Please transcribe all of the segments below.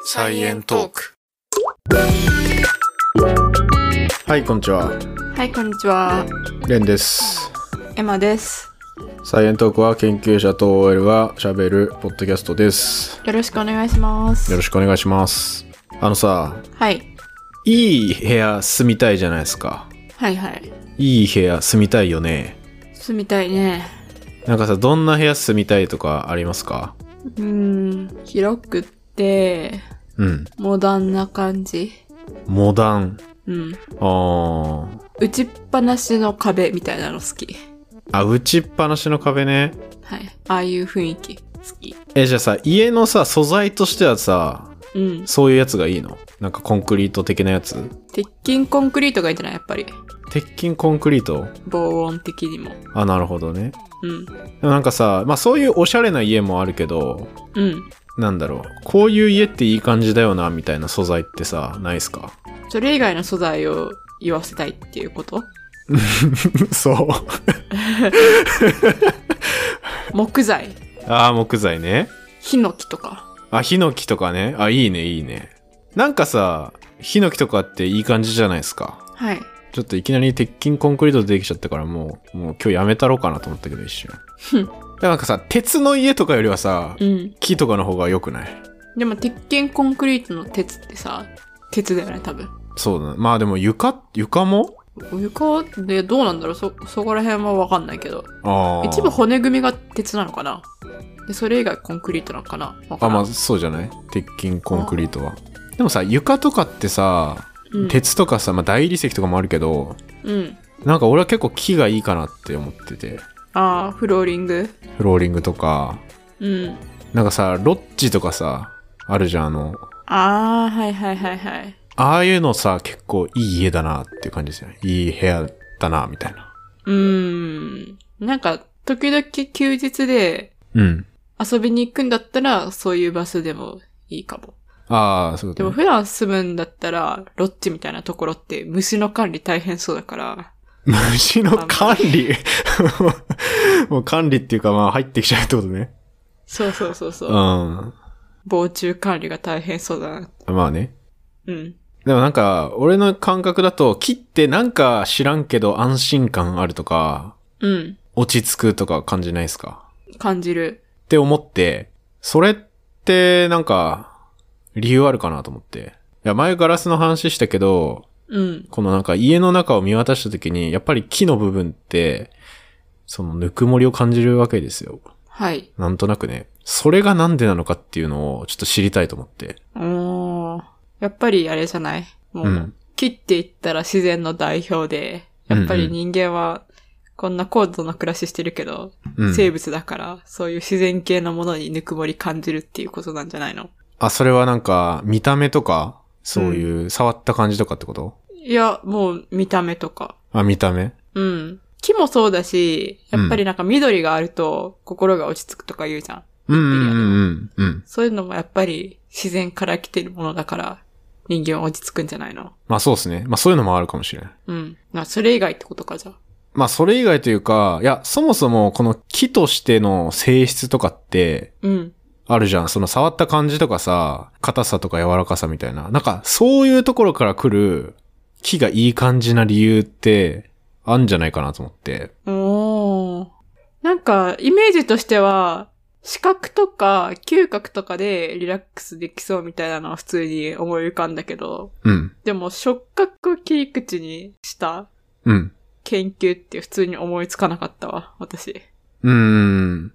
サイエントーク。はい、こんにちは。はい、こんにちは。レンです。エマです。サイエントークは研究者と OL が喋るポッドキャストです。よろしくお願いします。よろしくお願いします。あのさ、はい。いい部屋住みたいじゃないですか。はいはい。いい部屋住みたいよね。住みたいね。なんかさ、どんな部屋住みたいとかありますかうーん、広くって、うん。モダンな感じ。モダン。うん。あー。打ちっぱなしの壁みたいなの好き。あ、打ちっぱなしの壁ね。はい。ああいう雰囲気好き。え、じゃあさ、家のさ、素材としてはさ、うん。そういうやつがいいのなんかコンクリート的なやつ鉄筋コンクリートがいいんじゃないやっぱり。鉄筋コンクリート防音的にも。あ、なるほどね。うん。でもなんかさ、まあそういうおしゃれな家もあるけど、うん。なんだろう、こういう家っていい感じだよな、みたいな素材ってさ、ないっすかそれ以外の素材を言わせたいっていうことそう。木材。 ああ、木材ね。ヒノキとか。あ、ヒノキとかね。あ、いいね、いいね。なんかさ、ヒノキとかっていい感じじゃないですか。はい。ちょっといきなり鉄筋コンクリートでできちゃったからもう、もう今日やめたろうかなと思ったけど一瞬。ふんでもなんかさ、鉄の家とかよりはさう、ん。木とかの方が良くないでも鉄筋コンクリートの鉄ってさ鉄だよね多分そうだな。まあでも床、床も床でどうなんだろうそそこら辺は分かんないけどああ。一部骨組みが鉄なのかなでそれ以外コンクリートなのかなわかあらんまあそうじゃない鉄筋コンクリートはでもさ床とかってさ、うん、鉄とかさ、まあ、大理石とかもあるけどうんなんか俺は結構木がいいかなって思っててああフローリングフローリングとかうんなんかさロッジとかさあるじゃんあのああはいはいはいはいああいうのさ結構いい家だなっていう感じですよねいい部屋だなみたいなうーんなんか時々休日でうん遊びに行くんだったらそういう場所でもいいかもああそうでだ、もね、普段住むんだったらロッジみたいなところって虫の管理大変そうだから虫の管理 もう管理っていうかまあ入ってきちゃうってことねそうそうそうそうう。んま防虫管理が大変そうだな。あねうん。でもなんか、俺の感覚だと、木ってなんか知らんけど安心感あるとか、うん。落ち着くとか感じないですか感じる。って思って、それってなんか、理由あるかなと思って。いや、前ガラスの話したけど、うん。このなんか家の中を見渡した時に、やっぱり木の部分って、そのぬくもりを感じるわけですよ。はい。なんとなくね。それがなんでなのかっていうのをちょっと知りたいと思って。おー。やっぱりあれじゃないもう、うん切っていったら自然の代表で、やっぱうんりうん人間はこんな高度な暮らししてるけど、うん。生物だから、そういう自然系のものにぬくもり感じるっていうことなんじゃないのあ、それはなんか、見た目とか、そういう、触った感じとかってこと、いや、もう見た目とか。あ、見た目うん。木もそうだし、やっぱりなんか緑があると心が落ち着くとか言うじゃん。うんうんうんうん。うん。そういうのもやっぱり自然から来てるものだから人間は落ち着くんじゃないのまあそうですね。まあそういうのもあるかもしれない。うん。まあそれ以外ってことかじゃあ。まあそれ以外というか、いや、そもそもこの木としての性質とかって、うん。あるじゃん。その触った感じとかさ、硬さとか柔らかさみたいな。なんか、そういうところから来る木がいい感じな理由って、あんじゃないかなと思って。おー。なんか、イメージとしては、視覚とか嗅覚とかでリラックスできそうみたいなのは普通に思い浮かんだけど、うん。でも触覚を切り口にしたうん。研究って普通に思いつかなかったわ、私。うーん。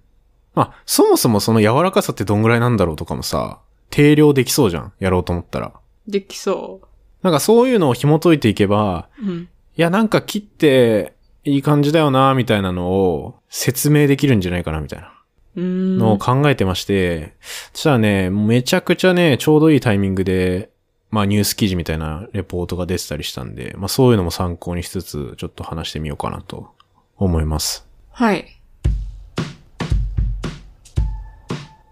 まあ、そもそもその柔らかさってどんぐらいなんだろうとかもさ、定量できそうじゃん。やろうと思ったら。できそなんかそういうのを紐解いていけば、う。うん。いや、なんか切っていい感じだよな、みたいなのを説明できるんじゃないかな、みたいなうーん。のを考えてまして、そしたらね、めちゃくちゃね、ちょうどいいタイミングで、まあニュース記事みたいなレポートが出てたりしたんで、まあそういうのも参考にしつつ、ちょっと話してみようかなと思います。はい。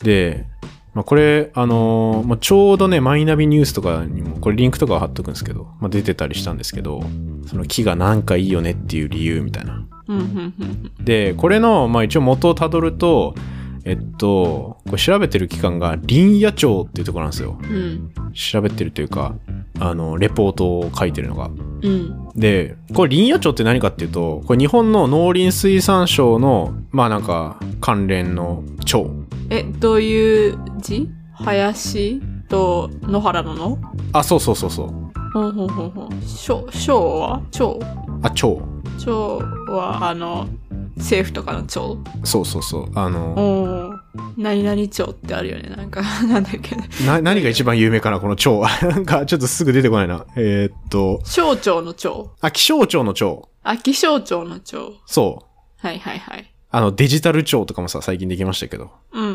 で、まあ、これ、あのーまあ、ちょうどね、マイナビニュースとかにも、これリンクとかは貼っとくんですけど、まあ、出てたりしたんですけど、その木がなんかいいよねっていう理由みたいな。うん、うん、うん。で、これの、まあ、一応元をたどると、えっと、これ調べてる期間が林野庁っていうところなんですよ。うん。調べてるというか、あの、レポートを書いてるのが。うん。で、これ林野庁って何かっていうと、これ日本の農林水産省の、まあなんか、関連の庁。え、どういう字林と野原ののあ、そうそうそうそう。ほんほんほんほん。しょ、昭和昭あ、庁。昭は、あの、政府とかの庁そうそうそう。あの、おー何々町ってあるよね。なんか、 なんだっけ、ね。な、何が一番有名かなこの庁。 なんか、ちょっとすぐ出てこないな。えーっと、省庁の庁。あ、気象庁の庁。あ、気象庁の庁。そう。はいはいはい。あの、デジタル庁とかもさ、最近できましたけど。うんうんう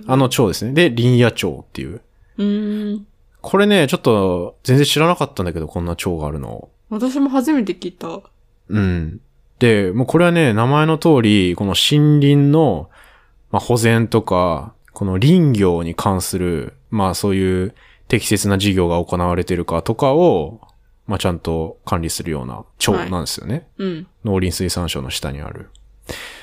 ん。あの庁ですね。で、林野庁っていう。うーん。これね、ちょっと、全然知らなかったんだけど、こんな庁があるの。私も初めて聞いた。うん。で、もうこれはね、名前の通り、この森林の、まあ、保全とか、この林業に関する、まあそういう適切な事業が行われてるかとかを、まあちゃんと管理するような庁なんですよね。うん。農林水産省の下にある。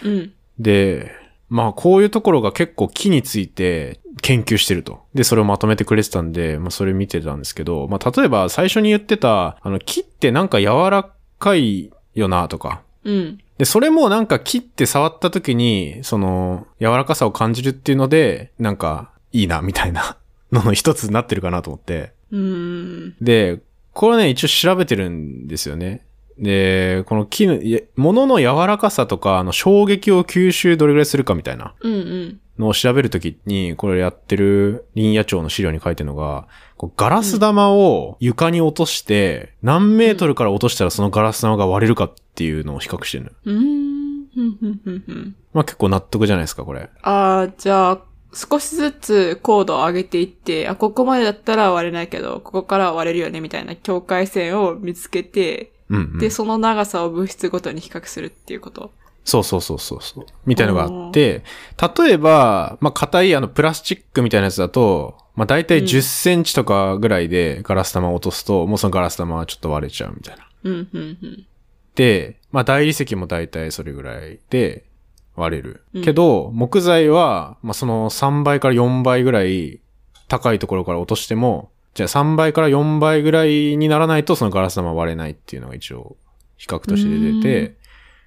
うん。で、まあこういうところが結構木について研究してると。で、それをまとめてくれてたんで、まあそれ見てたんですけど、まあ例えば最初に言ってた、あの木ってなんか柔らかいよなとか。うん。で、それもなんか木って触った時に、その柔らかさを感じるっていうので、なんかいいなみたいなのの一つになってるかなと思って。うーん。で、これね、一応調べてるんですよね。で、この木の、いや物の柔らかさとか、あの、衝撃を吸収どれぐらいするかみたいなうんうん。のを調べるときに、これやってる林野庁の資料に書いてるのが、こうガラス玉を床に落として、何メートルから落としたらそのガラス玉が割れるかっていうのを比較してるの。うーん。ふんふんふんふん。まあ結構納得じゃないですか、これ。あー、じゃあ、少しずつ高度を上げていって、あ、ここまでだったら割れないけど、ここからは割れるよね、みたいな境界線を見つけて、うん、うん。で、その長さを物質ごとに比較するっていうこと。そうそうそうそうそう。みたいのがあって、例えば、まあ、硬いあのプラスチックみたいなやつだと、まあ、大体うん10センチとかぐらいでガラス玉を落とすと、もうそのガラス玉はちょっと割れちゃうみたいな。うん、うん、うん。で、まあ、大理石も大体それぐらいで割れるうん。けど、木材は、まあ、その3倍から4倍ぐらい高いところから落としても、じゃあ3倍から4倍ぐらいにならないとそのガラス玉は割れないっていうのが一応比較として出てて、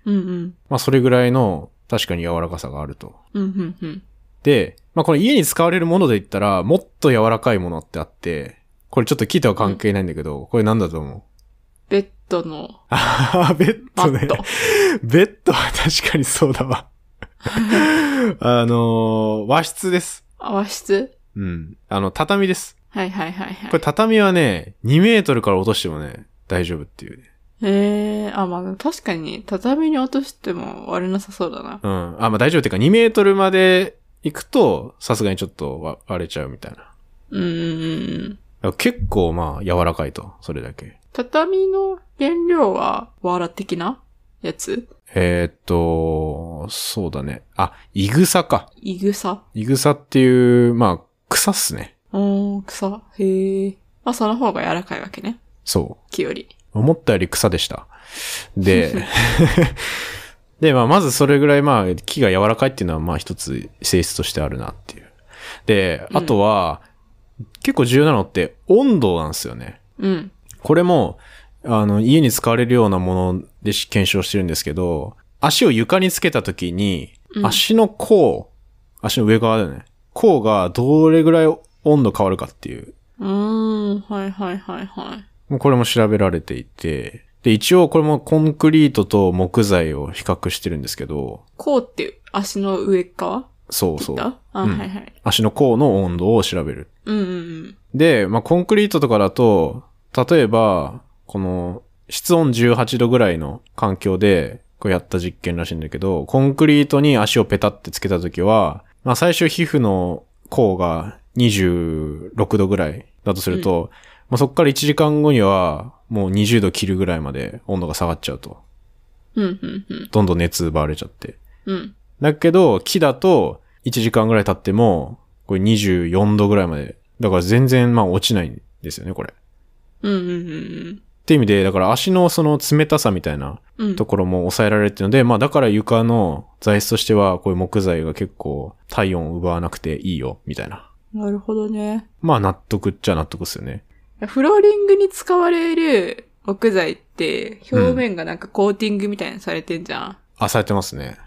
うんうん、うん。まあそれぐらいの確かに柔らかさがあると。うん、うん、うん。で、まあこれ家に使われるもので言ったら、もっと柔らかいものってあって、これちょっと木とは関係ないんだけど、これなんだと思うベッドのああ、ベッマドッね。ト。 ベッドは確かにそうだ わ。あのー和室です。あ和室うん。あの、畳です。はいはいはいはいこれ。畳はね、2メートルから落としてもね、大丈夫っていうね。ええー、あ、まあ確かに畳に落としても割れなさそうだな。うん。あ、まあ大丈夫っていうか、2メートルまで行くと、さすがにちょっとわ割れちゃうみたいな。だかうんうんうん。ら結構まあ柔らかいと、それだけ。畳の原料は藁的なやつえーっと、そうだね。あ、イグサか。イグサイグサっていう、まあ、草っすね。おー、草。へえ。まあその方が柔らかいわけね。そ木より。う。思ったより草でした。で、で、まあ、まずそれぐらい、まあ、木が柔らかいっていうのは、まあ、一つ性質としてあるなっていう。で、あとは、結構重要なのって、温度なんですよね。うん。これも、あの、家に使われるようなものでし検証してるんですけど、足を床につけた時に、うん足の甲、足の上側だよね。甲がどれぐらい温度変わるかっていう。うーん、はいはいはいはい。もうこれも調べられていて、で、一応これもコンクリートと木材を比較してるんですけど、こうって足の上側そうそだう。あ、うんはいはい。足の甲の温度を調べる。うんうんで、まあ、コンクリートとかだと、例えば、この、室温18度ぐらいの環境で、こうやった実験らしいんだけど、コンクリートに足をペタってつけたときは、まあ、最初皮膚の甲が26度ぐらいだとすると、まあ、そこから1時間後には、もう20度切るぐらいまで温度が下がっちゃうと。うん。うんうんうん。どんどん熱奪われちゃって。うん。だけど、木だと、1時間ぐらい経っても、これ24度ぐらいまで。だから全然、まあ落ちないんですよね、これ。っうんうんうんうん。て意味で、だから足のその冷たさみたいなうん。ところも抑えられてるので、まあだから床の材質としてはこういう木材が結構体温を奪わなくていいよ、みたいな。なるほどね。まあ納得っちゃ納得ですよね。フローリングに使われる木材って、表面がなんかコーティングみたいにされてんじゃん。あ、されてますね。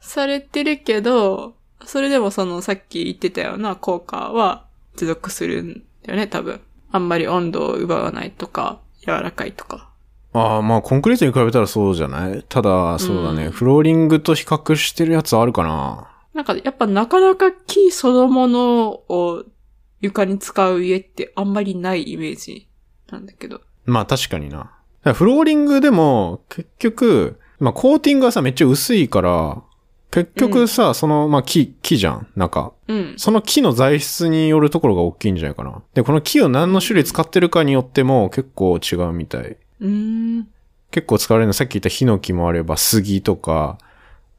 されてるけど、それでもそのさっき言ってたような効果は持続するんだよね、多分。あんまり温度を奪わないとか、柔らかいとか。ああ、まあコンクリートに比べたらそうじゃないただ、そうだね、うんフローリングと比較してるやつあるかななんかやっぱなかなか木そのものを床に使う家ってあんまりないイメージなんだけど。まあ確かにな。だからフローリングでも結局、まあコーティングがさめっちゃ薄いから、結局さ、その、まあ木、木じゃん、中。うん。その木の材質によるところが大きいんじゃないかな。で、この木を何の種類使ってるかによっても結構違うみたい。うーん。結構使われるのさっき言ったヒノキもあれば、杉とか、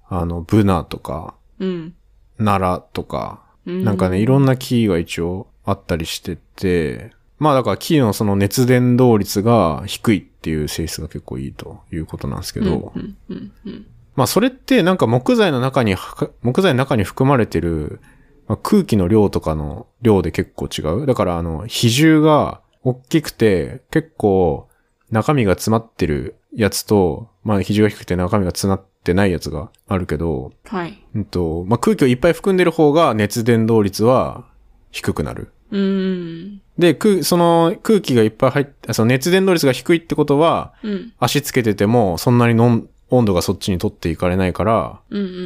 あの、ブナとか、うん。ナラとか、ななんかね、いろんな木が一応あったりしてて、まあだから木のその熱伝導率が低いっていう性質が結構いいということなんですけど、うんうんうんまあそれってなんか木材の中には、木材の中に含まれてる、まあ空気の量とかの量で結構違う。だからあの、比重が大きくて結構中身が詰まってるやつと、まあ比重が低くて中身が詰まってないやつがあるけど、はい。うんと、まあ空気をいっぱい含んでる方が熱伝導率は低くなる。うーん。で、空、その空気がいっぱい入って、その熱伝導率が低いってことは、うん。足つけててもそんなにのん温度がそっちに取っていかれないから、うんうんうんう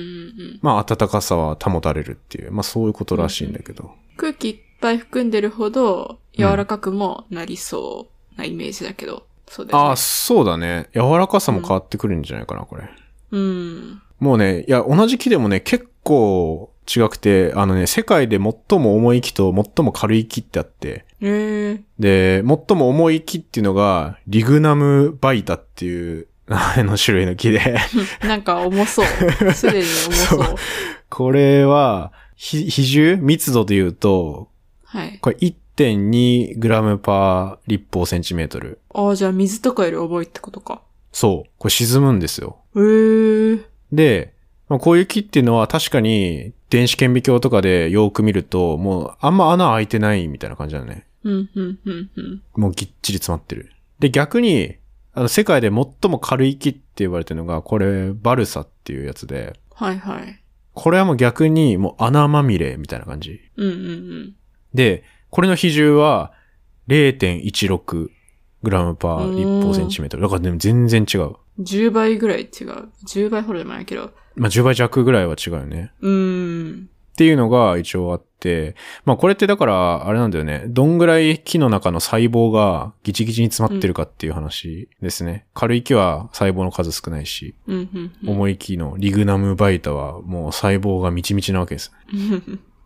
ん。まあ、暖かさは保たれるっていう、まあ、そういうことらしいんだけど。空気いっぱい含んでるほど柔らかくもなりそうなイメージだけど、そうです、ね。ああ、そうだね。柔らかさも変わってくるんじゃないかな、これ。うん。もうね、いや、同じ木でもね、結構違くて、あのね、世界で最も重い木と最も軽い木ってあって、ええで、最も重い木っていうのが、リグナムバイタっていう、あの種類の木で、 なんか重そう。すでに重そう。そうこれは、ひ比重密度で言うと、はい。これ 1.2g パー立方センチメートル。ああ、じゃあ水とかより重いってことか。そう。これ沈むんですよ。ええで、まあ、こういう木っていうのは確かに電子顕微鏡とかでよく見ると、もうあんま穴開いてないみたいな感じだね。うん、うん、うん、うん。もうぎっちり詰まってる。で、逆に、あの、世界で最も軽い木って言われてるのが、これ、バルサっていうやつで、はい、はい。これはもう逆にもう穴まみれみたいな感じ。うん、うん、で、これの比重は 0.16g パー立方センチメートル。だからでも全然違う。うん。10倍ぐらい違う。10倍ほどでもないけど。まあ、10倍弱ぐらいは違うよね。うーん。っていうのが一応あって、まあこれってだから、あれなんだよね。どんぐらい木の中の細胞がギチギチに詰まってるかっていう話ですね。軽い木は細胞の数少ないし、うん、うん、うん。重い木のリグナムバイタはもう細胞がみちみちなわけです。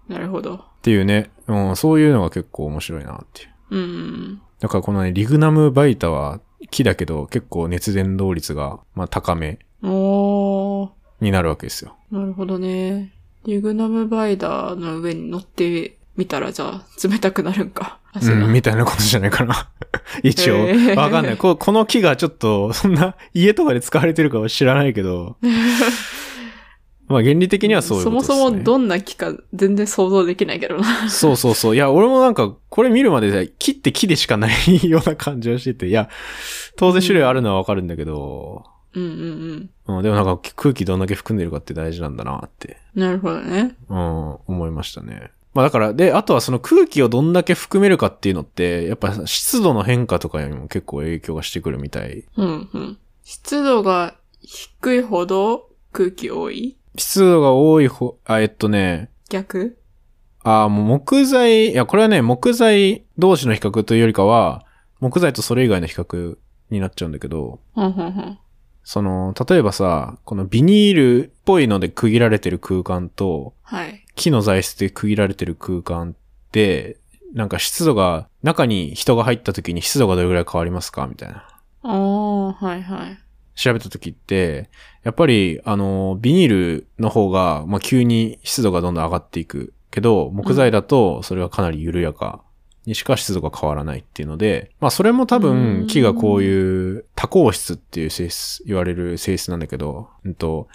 なるほど。っていうね、うん、そういうのが結構面白いなっていう。うん。だからこのね、リグナムバイタは木だけど結構熱伝導率が、まあ、高めおー。になるわけですよ。なるほどね。リグナムバイダーの上に乗ってみたら、じゃあ、冷たくなるんか。う足がん、みたいなことじゃないかな。 一応。わ、へーかんないこ。この木がちょっと、そんな、家とかで使われてるかは知らないけ ど。まあ原理的にはそういうことです、ね。そもそもどんな木か全然想像できないけどな。 そうそうそう。いや、俺もなんか、これ見るまでで、木って木でしかないような感じはしてて。いや、当然種類あるのはわかるんだけど、うんうんうん。うん、でもなんか空気どんだけ含んでるかって大事なんだなって、なるほどね。うん、思いましたね。まあだから、で、あとはその空気をどんだけ含めるかっていうのって、やっぱ湿度の変化とかにも結構影響がしてくるみたいうんうん。湿度が低いほど空気多い湿度が多い方、あ、えっとね、逆あーもう木材、いや、これはね、木材同士の比較というよりかは、木材とそれ以外の比較になっちゃうんだけど、うんうんうん。その、例えばさ、このビニールっぽいので区切られてる空間と、はい。木の材質で区切られてる空間って、なんか湿度が、中に人が入った時に湿度がどれぐらい変わりますかみたいな。ああ、はいはい。調べた時って、やっぱり、あの、ビニールの方が、まあ、急に湿度がどんどん上がっていくけど、木材だと、それはかなり緩やかにしか湿度が変わらないっていうので、まあそれも多うん分木がこういう多孔質っていう性質、言われる性質なんだけど、うんと、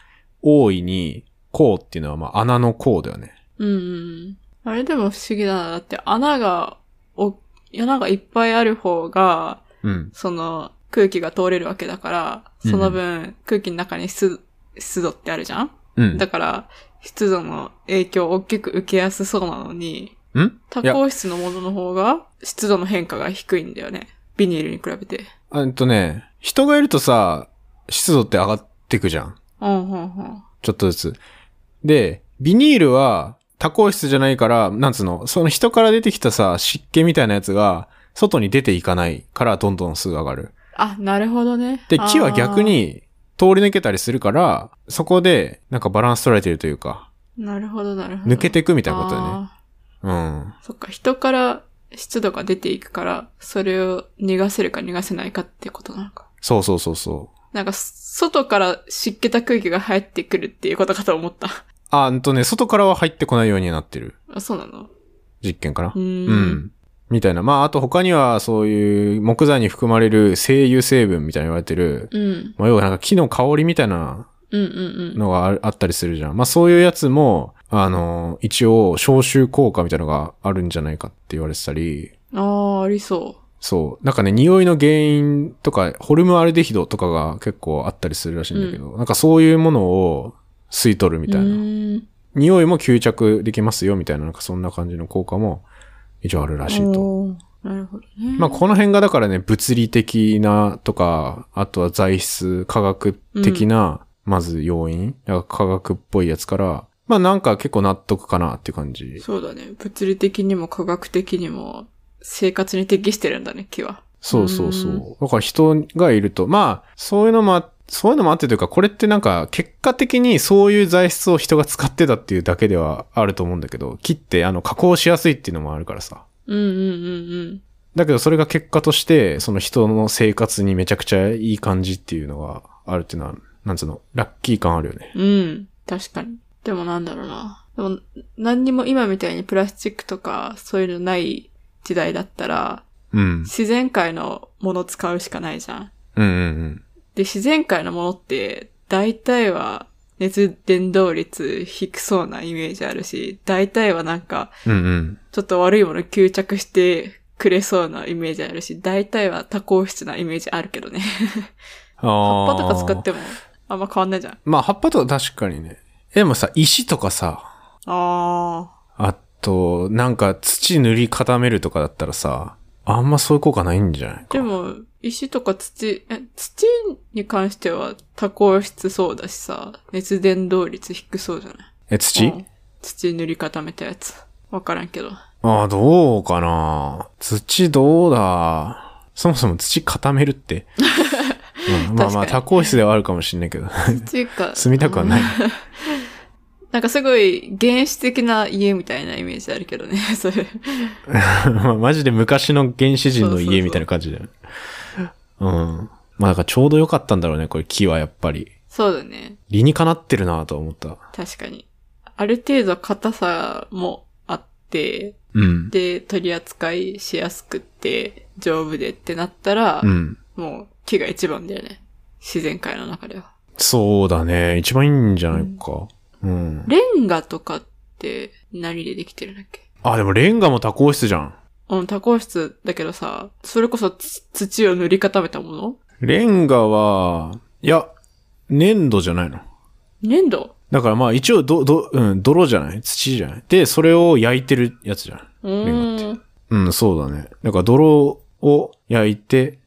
大いに孔っていうのはまあ穴の孔だよね。うんうん。あれでも不思議だな。だって穴が、お、穴がいっぱいある方が、うん。その空気が通れるわけだから、その分空気の中に湿湿度ってあるじゃんうん。だから、湿度の影響を大きく受けやすそうなのに、ん多いや孔質のものの方が湿度の変化が低いんだよね。ビニールに比べて。あうんとね、人がいるとさ、湿度って上がってくじゃん。うん、うん、うん。ちょっとずつ。で、ビニールは多孔質じゃないから、なんつうの、その人から出てきたさ、湿気みたいなやつが、外に出ていかないから、どんどんすぐ上がる。あ、なるほどね。で、あー木は逆。に通り抜けたりするから、そこで、なんかバランス取られてるというか、なるほど、なるほど。抜けていくみたいなことだよね。あうん。ーそっか、人から湿度が出ていくから、それを逃がせるか逃がせないかってことなのか。そうそうそうそう。なんか、外から湿気た空気が入ってくるっていうことかと思った。 あ、うんとね、外からは入ってこないようになってる。あ、そうなの実験かな。うーんうん。みたいな。まあ、あと他には、そういう木材に含まれる精油成分みたいに言われてる、うん。まあ、要はなんか木の香りみたいなうんうんうん。のがあるあったりするじゃん。まあそういうやつも、あの、一応消臭効果みたいなのがあるんじゃないかって言われてたり、ああ、ありそそう。なんかね、匂いの原因とか、ホルムアルデヒドとかが結構あったりするらしいんだけど、なんかそういうものを吸い取るう。みたいうな。ーん匂いも吸着できますよみたいな、なんかそんな感じの効果も一応あるらしいと。おーなるほどね。まあこの辺がだからね、物理的なとか、あとは材質、科学的な、まず要因、だから科学っぽいやつから、まあなんか結構納得かなっていう感じ。そうだね。物理的にも科学的にも生活に適してるんだね、木は。そうそうそうう。だから人がいると、まあそういうのもあ、そういうのもあってというか、これってなんか結果的にそういう材質を人が使ってたっていうだけではあると思うんだけど、木ってあの加工しやすいっていうのもあるからさ。うんうんうんうん。だけどそれが結果として、その人の生活にめちゃくちゃいい感じっていうのがあるっていうのは、なんつうの、ラッキー感あるよね。うん。確かに。でもなんだろうな。でも、何にも今みたいにプラスチックとかそういうのない時代だったら、うん。自然界のもの使うしかないじゃん。うんうんで、自然界のものって、大体は熱伝導率低そうなイメージあるし、大体はなんか、うん。うんうん。ちょっと悪いもの吸着してくれそうなイメージあるし、大体は多孔質なイメージあるけどね。葉葉っぱとか使ってもあんま変わんないじゃん。まあ葉っぱとか確かにね。えでもさ、石とかさ、ああと、なんか土塗り固めるとかだったらさ、あんまそういう効果ないんじゃないー。でか。も、石とか土、え、土に関しては多孔質そうだしさ、熱伝導率低そうじゃないえ、土、うん土塗り固めたやつ。わからんけど。ああ、どうかな土どうだそもそも土固める って。うん、まあまあ確かに多孔質ではあるかもしれないけど、土か。住みたくはない。 なんかすごい原始的な家みたいなイメージあるけどね、 それ。 まあ、マジで昔の原始人の家みたいな感じだよね。うん。まあ、だからちょうど良かったんだろうね、これ木はやっぱり。そうだね。理にかなってるなと思った。確かに。ある程度硬さもあって、うん。で、取り扱いしやすくって、丈夫でってなったら、うん。もう木が一番だよね。自然界の中では。そうだね。一番いいんじゃないか。うん。レンガとかって何でできてるんだっけあ、でもレンガも多孔質じゃん。うん、多孔質だけどさ、それこそつ土を塗り固めたものレンガは、いや、粘土じゃないの。粘土だからまあ一応ど、ど、うん、泥じゃない土じゃないで、それを焼いてるやつじゃん。うレンーん。うん、そうだね。だから泥を焼いて、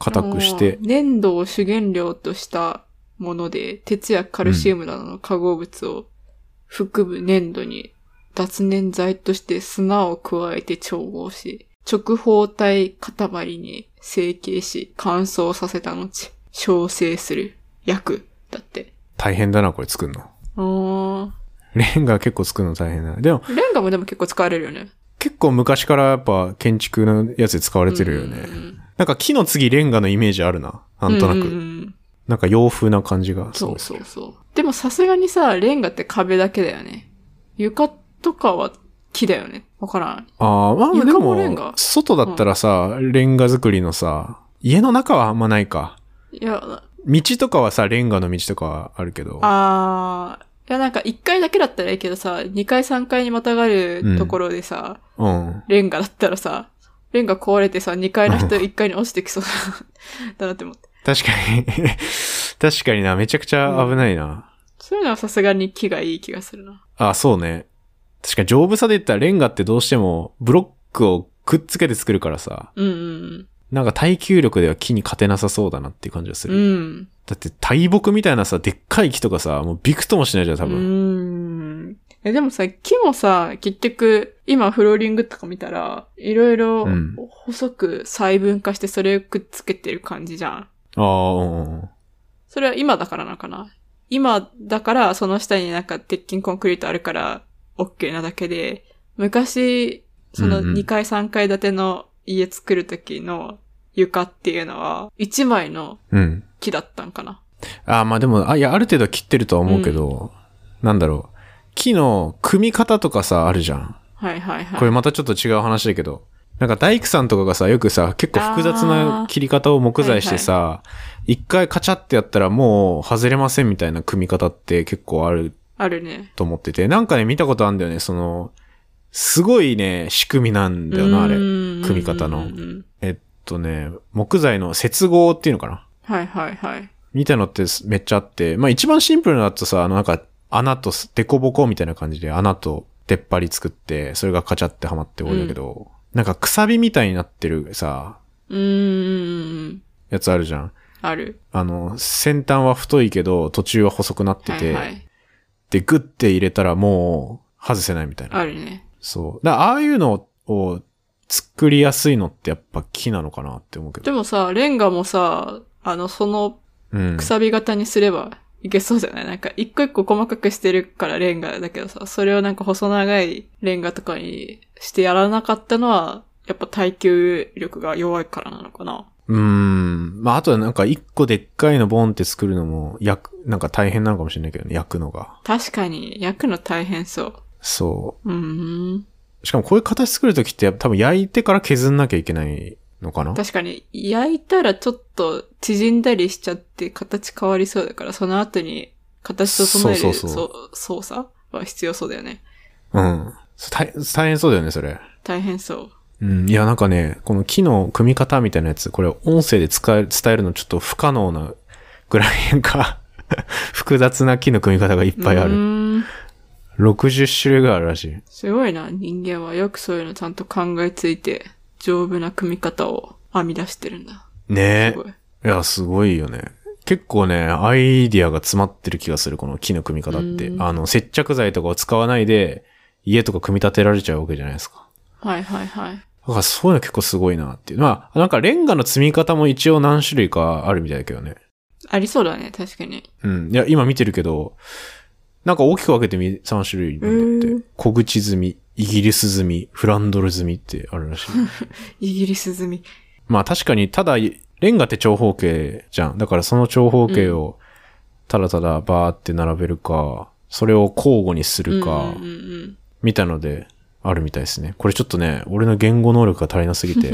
硬くしてあー、粘土を主原料としたもので、鉄やカルシウムなどの化合物を含む粘土に脱粘剤として砂を加えて調合し、直方体塊に成形し、乾燥させた後、焼成する、焼く、だって。大変だな、これ作るの。あーレンガ結構作るの大変だな。でも、レンガもでも結構使われるよね。結構昔からやっぱ建築のやつで使われてるよね。うんなんか木の次レンガのイメージあるな。なんとなうんうんうく。んなんか洋風な感じが。そうそうそう。でもさすがにさ、レンガって壁だけだよね。床とかは木木だよね。わからん。ああ、まあで床もレンもガ、外だったらさ、レンガ作りのさ、家の中はあんまないか。いや、道とかはさ、レンガの道とかはあるけど。あー。いや、なんか1階だけだったらいいけどさ、2階3階にまたがるところでさ、うん。レンガだったらさ、レンガ壊れてさ、2階の人1階に落ちてきそうだ なだなって思って。確かに。 確かにな、めちゃくちゃ危ないな。そういうのはさすがに木がいい気がするな。あ、そうね。確かに丈夫さで言ったらレンガってどうしてもブロックをくっつけて作るからさ、うんうんなんか耐久力では木に勝てなさそうだなっていう感じがすうん。る。うん。だって大木みたいなさ、でっかい木とかさ、もうびくともしないじゃん、多分。うーん。え、でもさ、木もさ、結局、今フローリングとか見たら、いろいろうん細く細分化してそれをくっつけてる感じじゃん。ああ、うんうんうん。それは今だからなのかな今だからその下になんか鉄筋コンクリートあるから OK なだけで、昔、そのうんうん2階3階建ての家作る時の床っていうのは、1枚のうん。木だったんかなああ、まあでも、あ、いや、ある程度は切ってるとは思うけど、なんだろう。木の組み方とかさ、あるじゃん。はいはいはい。これまたちょっと違う話だけど。なんか大工さんとかがさ、よくさ、結構複雑な切り方を木材してさ、一、回カチャってやったらもう外れませんみたいな組み方って結構あるあるね。と思ってて、なんかね、見たことあるんだよね、その、すごいね、仕組みなんだよな、あれ。組組み方のうんえっとね、木材の接合っていうのかなはいはいはい。見たのってめっちゃあって、まあ一番シンプルなのだとさ、あのなんか穴とすデコボコみたいな感じで穴と出っ張り作って、それがカチャってはまって終わりだけど、なんかくさびみたいになってるさ、うーん。やつあるじゃん。ある。あの、先端は太いけど途中は細くなってはいて、はい。で、グッて入れたらもう外せないみたいな。あるね。そう。だからああいうのを作りやすいのってやっぱ木なのかなって思うけでど。もさ、レンガもさ、あの、そのうん。くさび型にすればいけそうじゃないなんか、一個一個細かくしてるからレンガだけどさ、それをなんか細長いレンガとかにしてやらなかったのは、やっぱ耐久力が弱いからなのかな。うーん。まあ、あとはなんか一個でっかいのボンって作るのも、焼く、なんか大変なのかもしれないけどね、焼くのが。確かに、焼くの大変そ。そううーん。う。しかもこういう形作るときって、多分焼いてから削んなきゃいけないのかな確かに、焼いたらちょっと縮んだりしちゃって形変わりそうだから、その後に形整えるそうそうそそ操作は必要そうだよね。うん。そう大大変そうだよね、それ。大変そうう。ん。いや、なんかね、この木の組み方みたいなやつ、これ音声で使え、伝えるのちょっと不可能なぐらいなんか、 複雑な木の組み方がいっぱいあうる。ーん60種類ぐらいあるらしい。すごいな、人間はよくそういうのちゃんと考えついて、丈夫な組み方を編み出してるんだ。ねえ。すごい。いや、すごいよね。結構ね、アイディアが詰まってる気がする、この木の組み方ってう。んあの、接着剤とかを使わないで、家とか組み立てられちゃうわけじゃないですか。はいはいはい。だからそういうの結構すごいなっていう。まあ、なんかレンガの積み方も一応何種類かあるみたいだけどね。ありそうだね、確かに。うん。いや、今見てるけど、なんか大きく分けてみ、3種類なんだへっーて。小口積み、イギリス積み、フランドル積みってあるらしい。イギリス済み。まあ確かに、ただ、レンガって長方形じゃん。だからその長方形を、ただただバーって並べるか、それを交互にするかうんうん、うん見たので、あるみたいですね。これちょっとね、俺の言語能力が足りなすぎ て、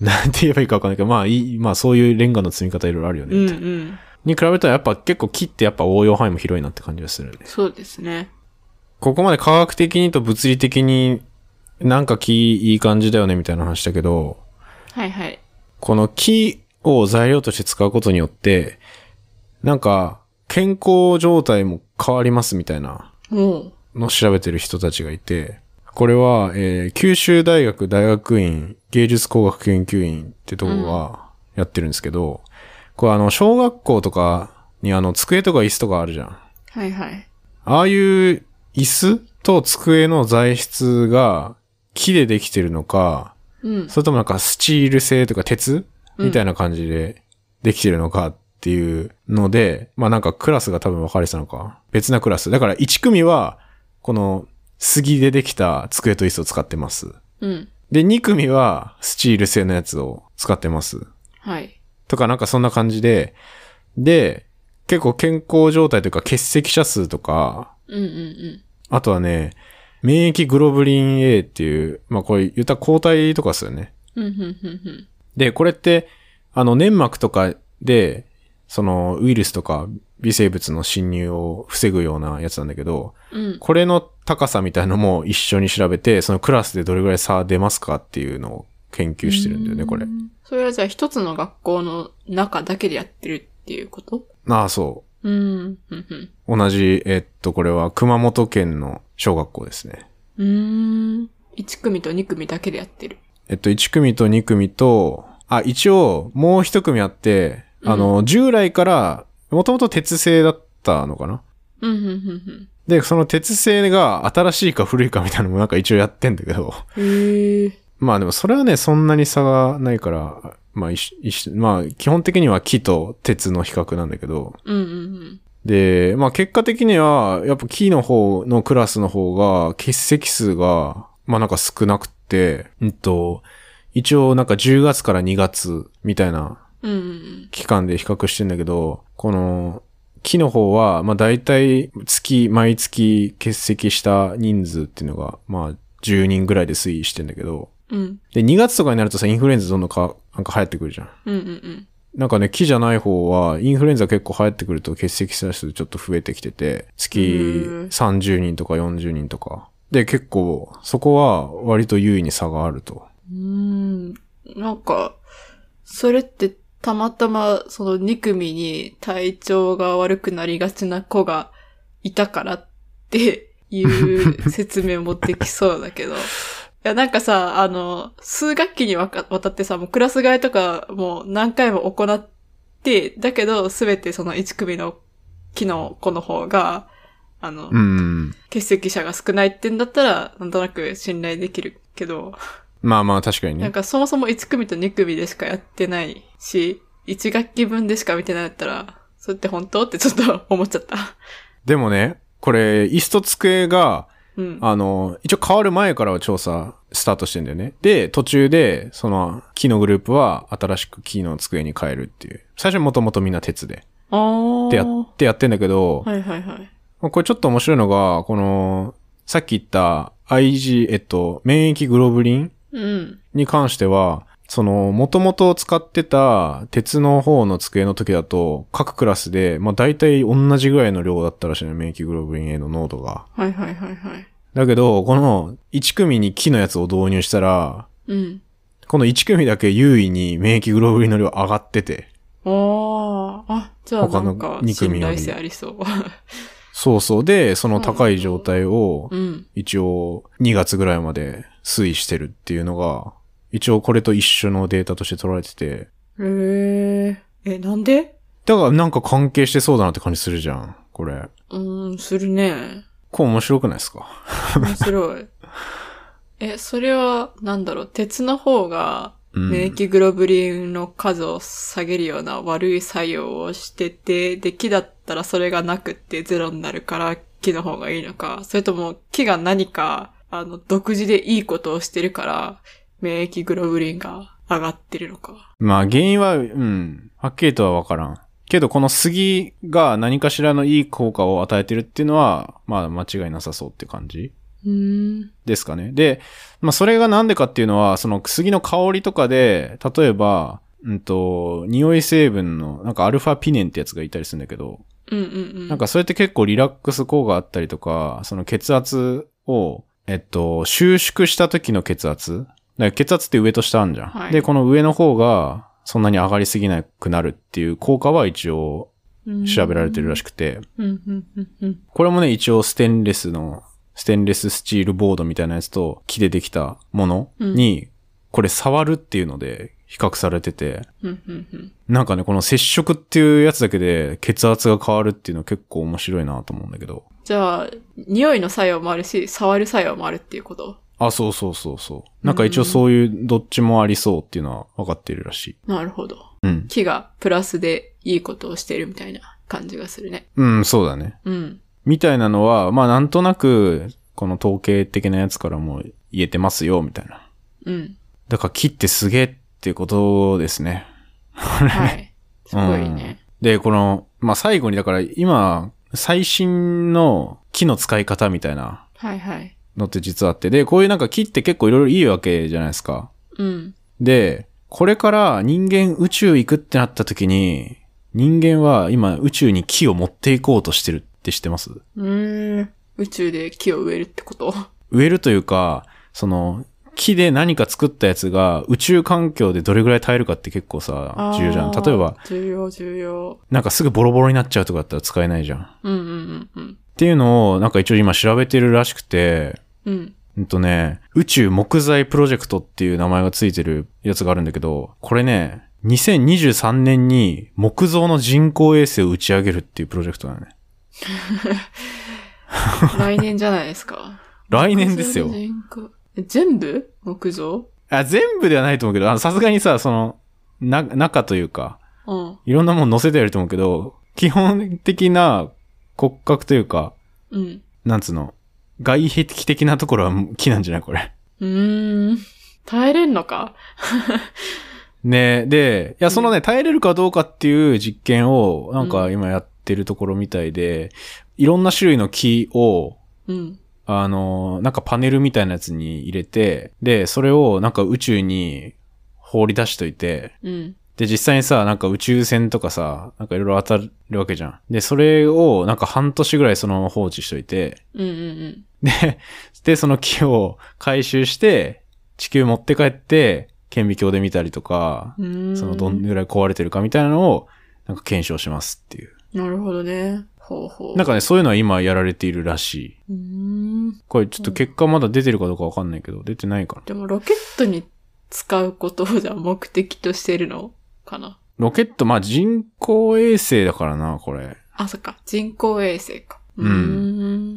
なんて言えばいいかわかんないけど、まあいい、まあそういうレンガの積み方いろいろあるようね。ん。うんうん。に比べたらやっぱ結構木ってやっぱ応用範囲も広いなって感じがするね。そうですね。ここまで科学的にと物理的になんか木いい感じだよねみたいな話だけど、はいはい。この木を材料として使うことによって、なんか、健康状態も変わりますみたいなおう。のを調べてる人たちがいて、これは、えー九州大学大学院芸術工学研究院ってとこがやってるんですけど、これあの、小学校とかにあの、机とか椅子とかあるじゃん。はいはい。ああいう椅子と机の材質が木でできてるのか、うん。それともなんかスチール製とか鉄うんみたいな感じでできてるのかっていうので、まあなんかクラスが多分分かれてたのか。別なクラス。だから1組は、この杉でできた机と椅子を使ってます。うん。で、2組はスチール製のやつを使ってます。はい。とかなんかそんな感じで、で、結構健康状態というか欠席者数とか、うんうんあとはね、免疫グロブリン A っていう、まあこれ言ったら抗体とかですよね。うん、うん、うん、で、これって、あの、粘膜とかで、その、ウイルスとか微生物の侵入を防ぐようなやつなんだけど、うん。うん。これの高さみたいのも一緒に調べて、そのクラスでどれぐらい差出ますかっていうのを研究してるんだよね、これう。ん。それはじゃあ一つの学校の中だけでやってるっていうことああ、そうん、うん、うん。う。同じ、えっと、これは熊本県の小学校ですね。うーん。1組と2組だけでやってる。えっと、1組と2組と、あ、一応、もう1組あって、あの、従来から、もともと鉄製だったのかなうん、うん、うん、で、その鉄製が新しいか古いかみたいなのもなんか一応やってんだけど、 うん。へえ。まあでもそれはね、そんなに差がないから、まあ一緒、一緒まあ基本的には木と鉄の比較なんだけど、うん、うん、で、まあ結果的には、やっぱ木の方のクラスの方が欠席数が、まあなんか少なくて、うんと、一応なんか10月から2月みたいなうん。うん、うん期間で比較してんだけど、この、木の方は、まあ大体月、毎月欠席した人数っていうのが、まあ10人ぐらいで推移してんだけど、うん、うん。で、2月とかになるとさ、インフルエンザどんどんか、なんか流行ってくるじゃん。うん、うん、うん。なんかね、木じゃない方は、インフルエンザ結構流行ってくると欠席者数ちょっと増えてきてて、月ー30人とか40人とか。で、結構、そこは割と優位に差があると。うーんなんか、それってたまたまその2組に体調が悪くなりがちな子がいたからっていう説明もできそうだけど。い や、なんかさ、あの、数学期にわかわたってさ、もうクラス替えとかもう何回も行って、だけどすべてその1組の木の子の方が、あの、うん。欠席者が少ないってんだったら、なんとなく信頼できるけど、まあまあ、確かになんね。かそもそも1組と2組でしかやってないし、1学期分でしか見てないんだったら、それって本当ってちょっと思っちゃった。でもね、これ、椅子と机が、うん。あの、一応変わる前からは調査スタートしてんだよね。で、途中で、その、木のグループは新しく木の机に変えるっていう。最初もともとみんな鉄で。あーってやってやってんだけど、はいはいはい。まあこれちょっと面白いのが、この、さっき言った IG、えっと、免疫グロブリンうん。に関しては、その、もともと使ってた鉄の方の机の時だと、各クラスで、まあ大体同じぐらいの量だったらしいの、免疫グロブリン A の濃度が。はいはいはいはい。だけど、この1組に木のやつを導入したら、うん。この1組だけ優位に免疫グロブリンの量上がってて。ああ、あ、じゃあ他なのんか二組信より頼性ありそう。 そうそう。で、その高い状態をうん。一応2月ぐらいまで推移してるっていうのが、一応これと一緒のデータとして取られてて、へえ。え、なんでだからなんか関係してそうだなって感じするじゃん、これ。うーん、するね。こう面白くないですか面 白い。え、それは、なんだろう、鉄の方が、うん免疫グロブリンの数を下げるような悪い作用をしてて、で、木だったらそれがなくってゼロになるから木の方がいいのか、それとも木が何か、あの、独自でいいことをしてるから、免疫グロブリンが上がってるのか。まあ原因は、うん、はっきりとはわからん。けどこの杉が何かしらのいい効果を与えてるっていうのは、まあ間違いなさそうって感じうーん。ですかね。で、まあそれがなんでかっていうのは、その杉の香りとかで、例えば、うんと、匂い成分の、なんかアルファピネンってやつがいたりするんだけど、うんうんうん。なんか、それって結構リラックス効果あったりとか、その血圧を、えっと、収縮した時の血圧。だから血圧って上と下あんじゃん。はいで、この上の方がそんなに上がりすぎなくなるっていう効果は一応調べられてるらしく。くて、うんうんうんうん。これもね、一応ステンレスの、ステンレススチールボードみたいなやつと木でできたものに、これ触るっていうので比較されてて、うんうんうん。なんかね、この接触っていうやつだけで血圧が変わるっていうの結構面白いなと思うんだけど。じゃあ、匂いの作用もあるし、触る作用もあるっていうことあ、そうそうそうそう。なんか一応そういうどっちもありそうっていうのは分かってるらしい。なるほど。うん。木がプラスでいいことをしているみたいな感じがするね。うん、そうだね。うん。みたいなのは、まあなんとなく、この統計的なやつからも言えてますよ、みたいな。 うん。だから切ってすげえってことですね。はい。すごいね。で、この、まあ最後にだから今、最新の木の使い方みたいなはいはい。のって実はあって。で、こういうなんか木って結構いろいろいいわけじゃないですか。うん。で、これから人間宇宙行くってなった時に、人間は今宇宙に木を持っていこうとしてるって知ってますうーん。宇宙で木を植えるってこと植えるというか、その、木で何か作ったやつが宇宙環境でどれぐらい耐えるかって結構さ、重要じゃん。あー例えば、重要、重要。なんかすぐボロボロになっちゃうとかだったら使えないじゃん。っうんうんうんていうのを、なんか一応今調べてるらしくて、う ん。うん。うんとね、宇宙木材プロジェクトっていう名前がついてるやつがあるんだけど、これね、2023年に木造の人工衛星を打ち上げるっていうプロジェクトだね。来年じゃないですか。来年ですよ木造の人工え全部木造あ、全部ではないと思うけど、あのさすがにさ、その、な、中というか、うん。いろんなもの載せてやると思うけど、基本的な骨格というか、うん。なんつうの、外壁的なところは木なんじゃないこれ。うーん。耐えれんのかねで、いや、そのね、耐えれるかどうかっていう実験を、なんか今やってるところみたいで、いろんな種類の木を、うん。あの、なんかパネルみたいなやつに入れて、で、それをなんか宇宙に放り出しといて、うん。で、実際にさ、なんか宇宙船とかさ、なんかいろいろ当たるわけじゃん。で、それをなんか半年ぐらいそのまま放置しといて、うんうんで、で、その木を回収して、地球持って帰って、顕微鏡で見たりとか、うん。うーん。そのどんぐらい壊れてるかみたいなのを、なんか検証しますっていう。なるほどね。ほうほう。なんかね、そういうのは今やられているらしい。うーん。これちょっと結果まだ出てるかどうかわかんないけど、出てないかな。でもロケットに使うことをじゃあ目的としてるのかなロケット、まあ人工衛星だからな、これ。あ、そっか。人工衛星か。うんん。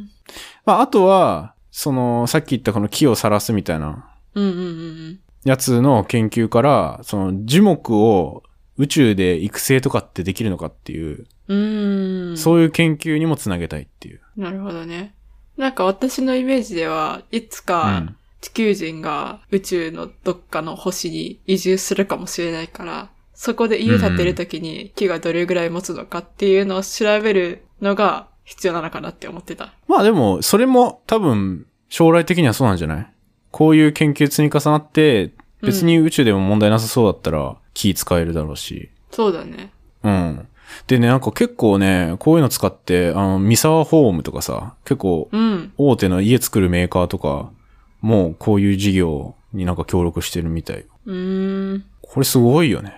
まああとは、その、さっき言ったこの木を晒すみたいなうんうんうんやつの研究から、その樹木を宇宙で育成とかってできるのかっていう、うん。うーん。そういう研究にもつなげたいっていう。なるほどね。なんか私のイメージでは、いつうかん。地球人が宇宙のどっかの星に移住するかもしれないから、そこで家建てるときに木がどれぐらい持つのかっていうのを調べるのが必要なのかなって思ってた。まあでも、それも多分将来的にはそうなんじゃないこういう研究積み重なって、別に宇宙でも問題なさそうだったら気使えるだろうし。そうだね。うん。でね、なんか結構ね、こういうの使って、あの、ミサワホームとかさ、結構うん。大手の家作るメーカーとか、もうこういう事業になんか協力してるみたい。うーん。これすごいよね。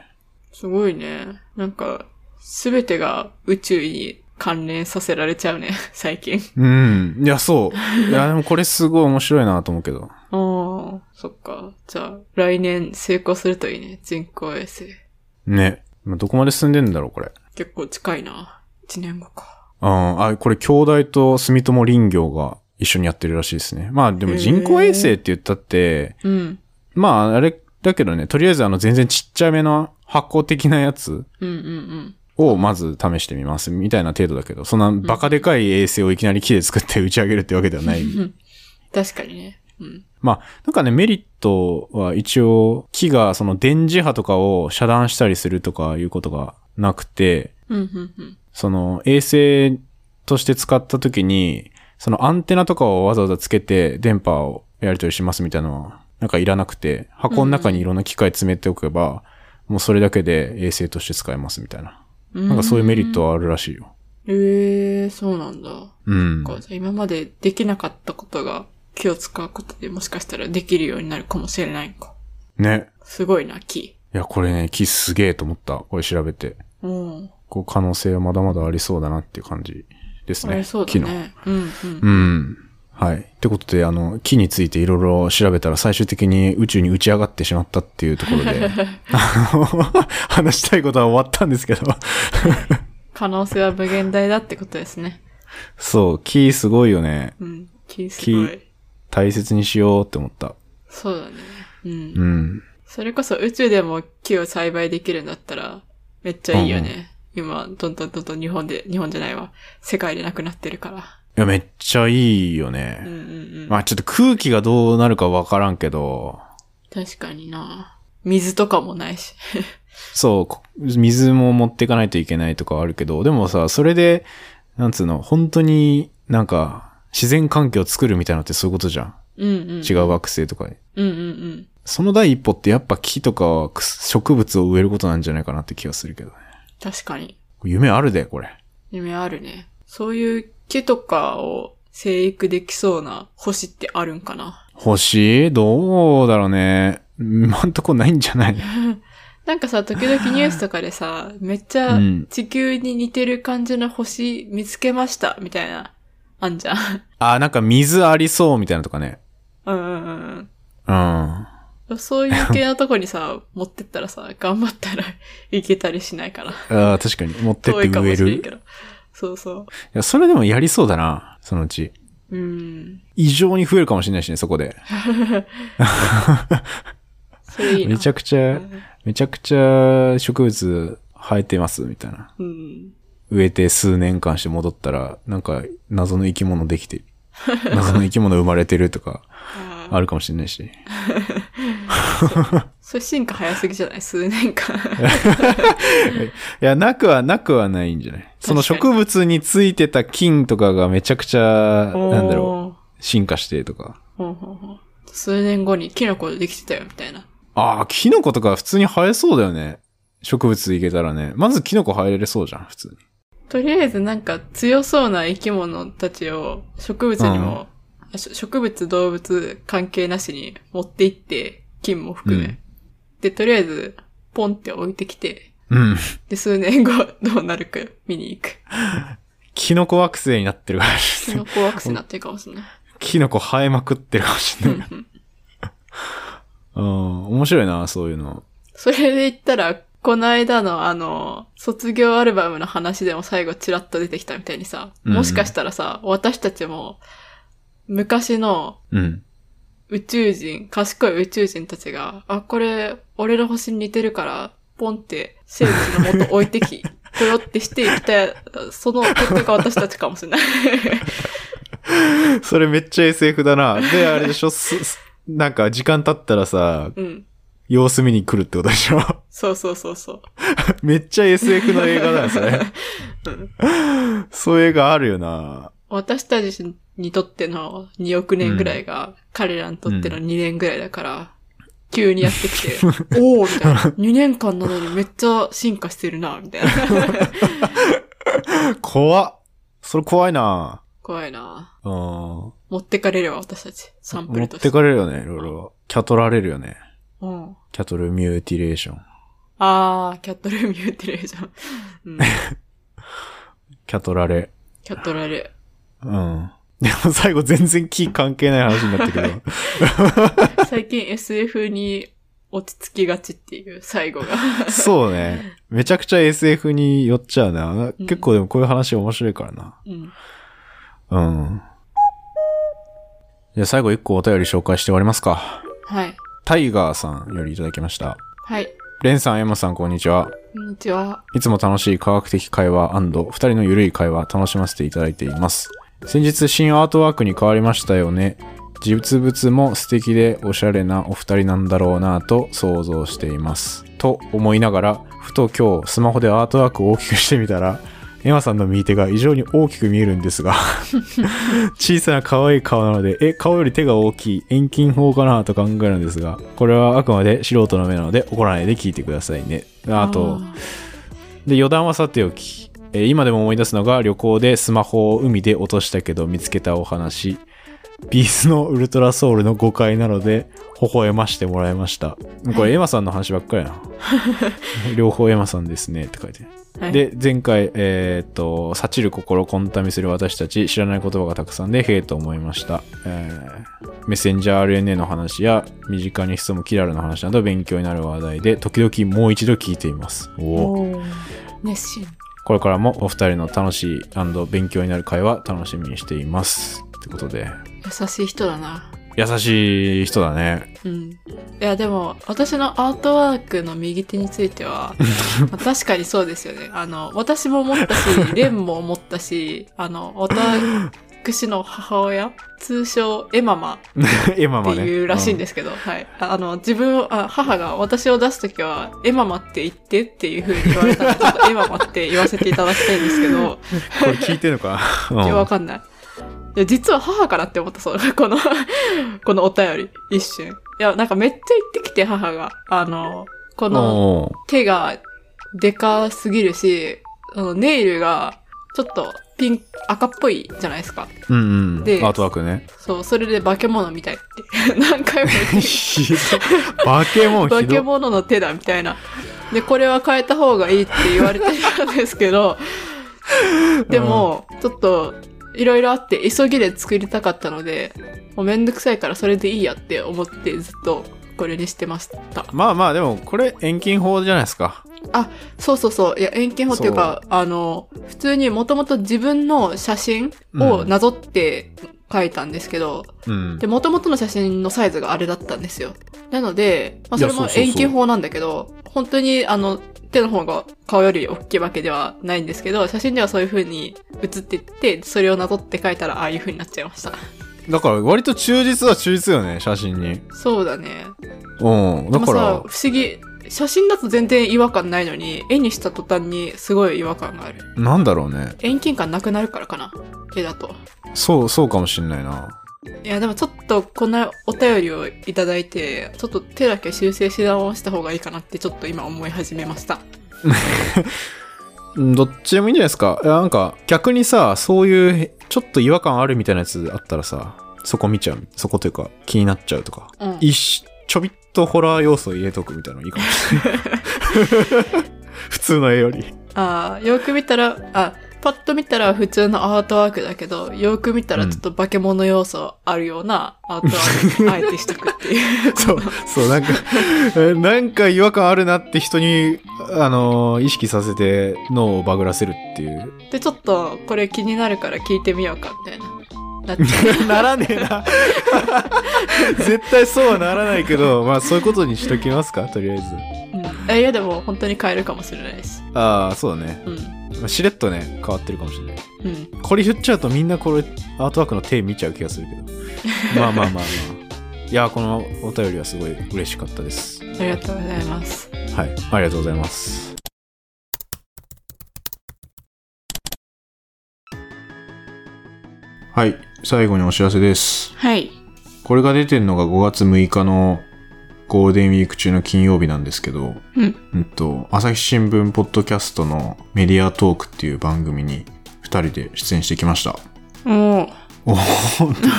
すごいね。なんか、すべてが宇宙に関連させられちゃうね、 最近。うん。いや、そう。いや、でもこれすごい面白いなと思うけど。ああ、そっか。じゃあ、来年成功するといいね。人工衛星。ね。まあどこまで進んでんだろう、これ。結構近いな。1年後か。うん。あ、これ、兄弟と住友林業が一緒にやってるらしいですね。まあ、でも人工衛星って言ったって、うん。まあ、あれだけどね、とりあえずあの、全然ちっちゃめの箱的なやつうんうんうん。をまず試してみます、みたいな程度だけど、そんなバカでかい衛星をいきなり木で作って打ち上げるってわけではない。確かにね。うん。まあ、なんかね、メリットは一応、木がその電磁波とかを遮断したりするとかいうことがなくて、うんうんうん。その衛星として使った時に、そのアンテナとかをわざわざつけて電波をやり取りしますみたいなのは、なんかいらなくて、箱の中にいろんな機械詰めておけば、もうそれだけで衛星として使えますみたいな。なんかそういうメリットはあるらしいよ。ええー、そうなんだ。うん。こうじゃあ今までできなかったことが気を使うことでもしかしたらできるようになるかもしれないんか。ね。すごいな、木。いや、これね、木すげえと思った。これ調べて。うん。こう可能性はまだまだありそうだなっていう感じですあね。れそうだ木の。ね。うんうん。うん。はい。ってことで、あの、木についていろいろ調べたら最終的に宇宙に打ち上がってしまったっていうところで、 あの、話したいことは終わったんですけど、可能性は無限大だってことですね。そう、木すごいよね。うん。木すご木い。大切にしようって思った。そうだね。うん。うん。それこそ宇宙でも木を栽培できるんだったら、めっちゃいいよね。今、どんどんどんどん日本で、日本じゃないわ。世界でなくなってるから。いや、めっちゃいいようんうね。んうん。まあちょっと空気がどうなるかわからんけど、確かにな水とかもないし。そうこ、水も持っていかないといけないとかはあるけど、でもさ、それで、なんつうの、本当になんか、自然環境を作るみたいなのってそういうことじゃん。うんうん。違う。惑星とかに。うんうんその第一歩ってやっぱ木とかくす植物を植えることなんじゃないかなって気がするけどね。うん。確かに。夢あるで、これ。夢あるね。そういう木とかを生育できそうな星ってあるんかな。星どうだろうね。今んとこないんじゃ ないなんかさ、時々ニュースとかでさ、めっちゃうん地球に似てる感じの星見つけました、みたいな、あんじゃん。あ、なんか水ありそうみたいなとかね。うんうんうんうん。うん。そういう系のとこにさ、持ってったらさ、頑張ったら いけたりしない から。あー確かに。持ってっ遠ていか植もえしる。れいんけど。そうそや、それでもやりそうだな。そのうち。う。うん。異常に増えるかもしれないしね、そこで。それいいな。めちゃくくちゃ、めちゃくちゃ植物生えてます、みたいな。うん。植えて数年間して戻ったら、なんか謎の生き物できてる。謎の生き物生まれてるとか、あーあるかもしれないし。それ進化早すぎじゃない数年間。いや、なくはなくはないんじゃないその植物についてた菌とかがめちゃくちゃ、 なんだろう、進化してとか。う。ほうほうほう数年後にキノコできてたよ、みたいな。ああ、キノコとか普通に生えそうだよね。植物いけたらね。まずキノコ生えれそうじゃん、普通に。とりあえずなんか強そうな生き物たちを植物にも、あし植物、動物関係なしに持って行って、菌も含め。うんで、とりあえず、ポンって置いてきて、うん。で、数年後 どうなるか見に行く。キノコ惑星になってるから、キノコ惑星になってるかもしれない。 キノコ生えまくってるかもしれうない。んううんん、面白いな、そういうの。それで言ったら、この間のあの、卒業アルバムの話でも最後チラッと出てきたみたいにさ、うんもしかしたらさ、私たちも、昔のうん。宇宙人、賢い宇宙人たちが、あ、これ、俺の星に似てるから、ポンって生物の元置い てき、ぽよってしていきた、その結果が私たちかもし れない。それめっちゃ SF だな。で、あれでしょ、すすなんか時間経ったらさ、うん。様子見に来るってことでしょ そうそうそうそう。めっちゃ SF の映画だよ、それ。 うんそういう映画あるよな。私たちにとっての2億年ぐらいが、彼らにとっての2年ぐらいだから、急にやって きて、おおみたいな。2年間なのにめっちゃ進化してるな、みたいな。 怖っ。それ怖いな。怖いな。うん。持持ってかれれば私たち、サンプっルとして。てかれるよね、いろいろ。キャトられるよね。うん。キャトルミューティレーション。あー、キャットルーム言ってるじゃん。うん。キャトられ。キャットラル。うん。 でも最後全然木関係ない話になったけど。 最近 SF に落ち着きがちっていう、最後が。そうね。めちゃくちゃ SF に寄っちゃうな。うん結構でもこういう話面白いからな。うん。うん。じゃあ最後一個お便り紹介して終わりますか。はい。タイガーさんよりいただきました。はい。レンさん、エマさん、こんにちは。こんにちは。いつも楽しい科学的会話二人のゆるい会話楽しませていただいています。先日新アートワークに変わりましたよね。実物も素敵でおしゃれなお二人なんだろうなぁと想像しています。と思いながら、ふと今日スマホでアートワークを大きくしてみたら、エマさんの右手が異常に大きく見えるんですが、小さな可愛い顔なので、え、顔より手が大きい遠近法かなぁと考えるんですが、これはあくまで素人の目なので怒らないで聞いてくださいね。あと、で余談はさておき、えー今でも思い出すのが旅行でスマホを海で落としたけど見つけたお話ビースのウルトラソウルの誤解なので微笑ましてもらいましたこれエマさんの話ばっかり やな両方エマさんですねって書いてはい、で前回えーっと「幸る心を混沌みする私たち知らない言葉がたくさんでへえと思いました」えーメッセンジャー RNA の話や身近に潜むキラルの話など勉強になる話題で時々もう一度聞いていますおおおー熱心。これからもお二人の楽しい勉強になる会話楽しみにしています。ってことで、優しい人だな。優しい人だ ね。うん。いや、でも、私のアートワークの右手につい ては、まあ確かにそうですよね。あの、私も思っ たし、レンも思ったし、あの、私の母親、通称、エママエマっマてね。。いうらしいんですすけど、はい。ああの、自分をあ、母が私を出すときは、エママって言ってっていう風に言われたので、ちょっとエママって言わせていただきたいんですけど、 これ聞いてるのかいやわなかんない。いや、実は母からって思った、そう。 この、このお便り。一瞬。いや、なんかめっちゃ言ってきて、母が。あの、このおー手がでかすぎるし、あのネイルがちょっとピン、赤っぽいじゃないですか。うんうん。アでートワーク ね。そう、それで化け物みたいって。 何回も言ってきてひどバケモン化ひけど物の手だみたいな。で、これは変えた方がいいって言われてたんですけど、でも、ちょっと、いろいろあって、急ぎで作りたかったので、もうめんどくさいからそれでいいやって思って、ずっとこれにしてました。まあまあ、でも、これ遠近法じゃないですか。そうそうそう。いや、遠近法っていうか、あの、普通にもともと自分の写真をなぞって書いたんですけど、うんで、。元々の写真のサイズがあれだったんですよ。なので、まあ、いやそれそもうそうそう遠近法なんだけど、本当に、あの、手の方が顔より大きいわけではないんですけど、写真ではそういう風に写ってって、それをなぞって書いたら、ああいう風になっちゃいました。だから、割と忠実は忠実よね、写真に。そうだね。うん。だでもかさら、、不思議。写真だと全然違和感ないのに、絵にした途端にすごい違和感がある。なんだろうね。遠近感なくなるからかな。絵だと。そう、そうかもしんないな。いや、でもちょっとこんなお便りをいただいて、ちょっと手だけ修正し直した方がいいかなってちょっと今思い始めました。うんどっちでもいいんじゃないですか。いやなんか、逆にさ、そういう、ちょっと違和感あるみたいなやつあったらさ、そこ見ちゃう。そこというか、気になっちゃうとか。うん。一しちょびっとホラー要素入れとくみたいなのいいかもしれ ない。普通の絵より。ああ、よく見たら、あ、パッと見たら普通のアートワークだけど、よく見たらちょっと化け物要素あるようなアートワークにあえてしとくって いう。そう、そう、なんか、えなんか違和感あるなって人に、あのー意識させて脳をバグらせるっていう。で、ちょっとこれ気になるから聞いてみようか、みたいな。なっち ゃならねえな。絶対そうはならないけど、まあそういうことにしときますか、とりあえず。う。うん。えいや、でも本当に変えるかもしれないし。ああ、そうだね。うん。まあしれっとね、変わってるかもしれない。うん。これ言っちゃうとみんなこれ、アートワークの手見ちゃう気がするけど。まあまあまあまあ。いやー、このお便りはすごい嬉しかったです。ありがとうございます。はい、ありがとうございます。はい、最後にお知らせです。はい。これが出てるのが5月6日のゴールデンウィーク中の金曜日なんですけど、うんと、朝日新聞ポッドキャストのメディアトークっていう番組に2人で出演してきました。もおお、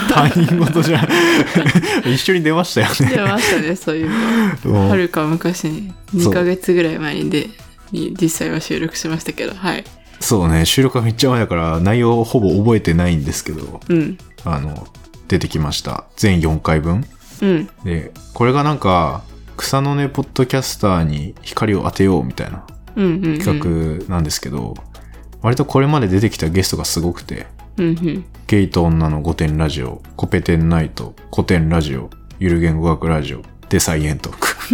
他人事じゃん。 一緒に出ましたよ う、出ね。ましたね、そういうの。おーはるか昔に、そう2ヶ月ぐらい前にで、に実際は収録しましたけど、はい。そうね、収録はめっちゃ前だから内容ほぼ覚えてないんですけど、うん。あの、出てきました。全4回分。うん。で、これがなんか、草の根ポッドキャスターに光を当てようみたいなうんうん、うん。企画なんですけど、割とこれまで出てきたゲストがすごくて、うんゲイと女の御殿ラジオ、コペテンナイト、古典ラジオ、ゆる言語学ラジオ、でサイエントーク。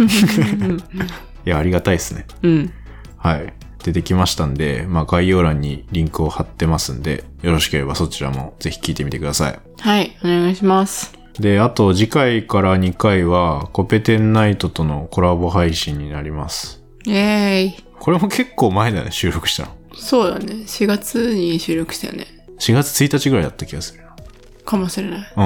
うん。いや、ありがたいですね。うん。はい。出てきましたんで、まあ概要欄にリンクを貼ってますんで、よろしければそちらもぜひ聞いてみてください。はい、お願いします。で、あと次回から2回は、コペテンナイトとのコラボ配信になります。イェーイ。これも結構前だね、収録したの。そうだね。4月に収録したよね。 4月1日ぐらいだった気がするな。かもしれない。うん。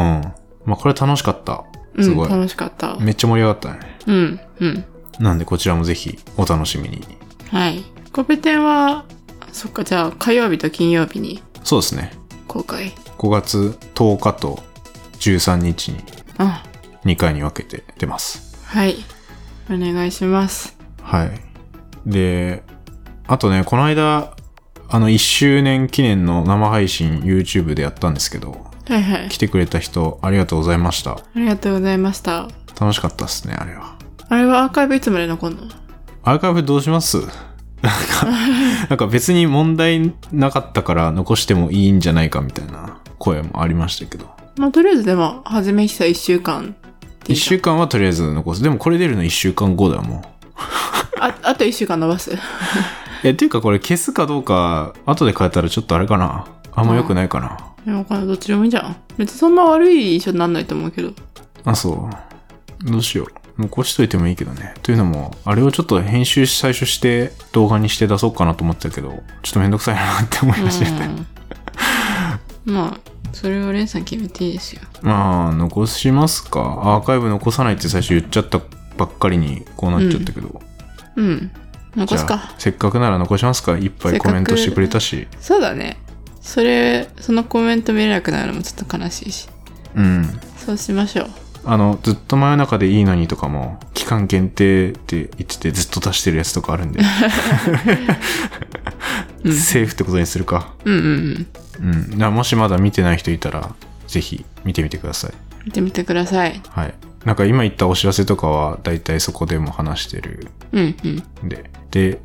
まあこれ楽しかった。うん、すごい。楽しかった。めっちゃ盛り上がったね。うん、うん。なんでこちらもぜひお楽しみに。はい。コペテンは、そっか、じゃあ、火曜日と金曜日にそうですね。公開。 5月10日と13日にあ、 2回に分けて出ます。はい。お願いします。はい。で、あとね、この間、あの、1周年記念の生配信 YouTube でやったんですけど、はいはい来。てくれた人ありがとうございました。ありがとうございました。楽しかったっすね、あれは。あれはアーカイブいつまで残んのアーカイブどうします なんか、なんか別に問題なかったから残してもいいんじゃないかみたいな声もありましたけど。まあ、とりあえずでも、はじめひさ1週間って1いうか週間はとりあえず残す。でもこれ出るの1週間後だよもあ、あと1週間伸ばす。 う。え、っていうかこれ消すかどうか、後で変えたらちょっとあれかな。あんま良くないかな。いや、わかんない。どっちでもいいじゃん。別にそんな悪い印象になんないと思うけど。あ、そう。どうしよう。残しといてもいいけどね。というのも、あれをちょっと編集最初して動画にして出そうかなと思ってたけど、ちょっとめんどくさいなって思いましたね。うんまあ、それをレンさん決めていいですよ。まあ、残しますか。アーカイブ残さないって最初言っちゃったばっかりに、こうなっちゃったけど。うん。じ残ゃすあか。せっかくなら残しますか。いっぱいコメントしてくれたし。そうだね。それ、そのコメント見れなくなるのもちょっと悲しいし。うん。そうしましょう。あの、ずっと真夜中でいいのにとかも、期間限定って言っててずっと出してるやつとかあるんで、うんセーフってことにするか。うんうんうん。うん。だからもしまだ見てない人いたら、ぜひ見てみてください。見てみてください。はい。なんか今言ったお知らせとかは、だいたいそこでも話してるうんうん。んで。で、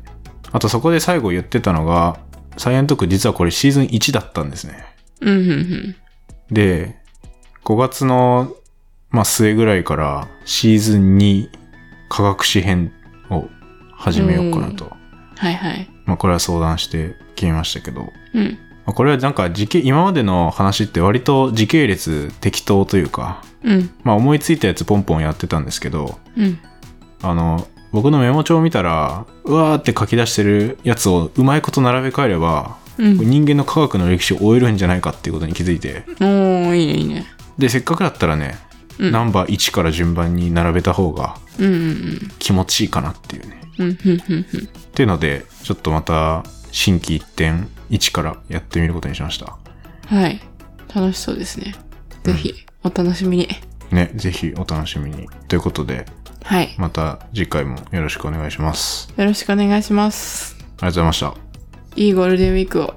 あとそこで最後言ってたのが、サイエントーク実はこれシーズン1だったんですね。うんうんうん。で、5月の、まあ、末ぐらいからシーズン2科学史編を始めようかなと。はいはい。まあ、これは相談して決めましたけど、まうん。あ、これはなんか時系、今までの話って割と時系列適当というか、うん。まあ、思いついたやつポンポンやってたんですけど、うん。あの、僕のメモ帳を見たら、うわーって書き出してるやつをうまいこと並べ替えれば、うん。人間の科学の歴史を終えるんじゃないかっていうことに気づいて、おー、いいねいいね。で、せっかくだったらね、うんナンバー1から順番に並べた方がうんうん気持ちいいかなっていうね。うん。うんうんうんうん。っていうので、ちょっとまた、新規一点、1からやってみることにしました。はい。楽しそうですね。ぜひ、お楽しみに。ね、ぜひお楽しみに。ということで、はい。また次回もよろしくお願いします。よろしくお願いします。ありがとうございました。いいゴールデンウィークを。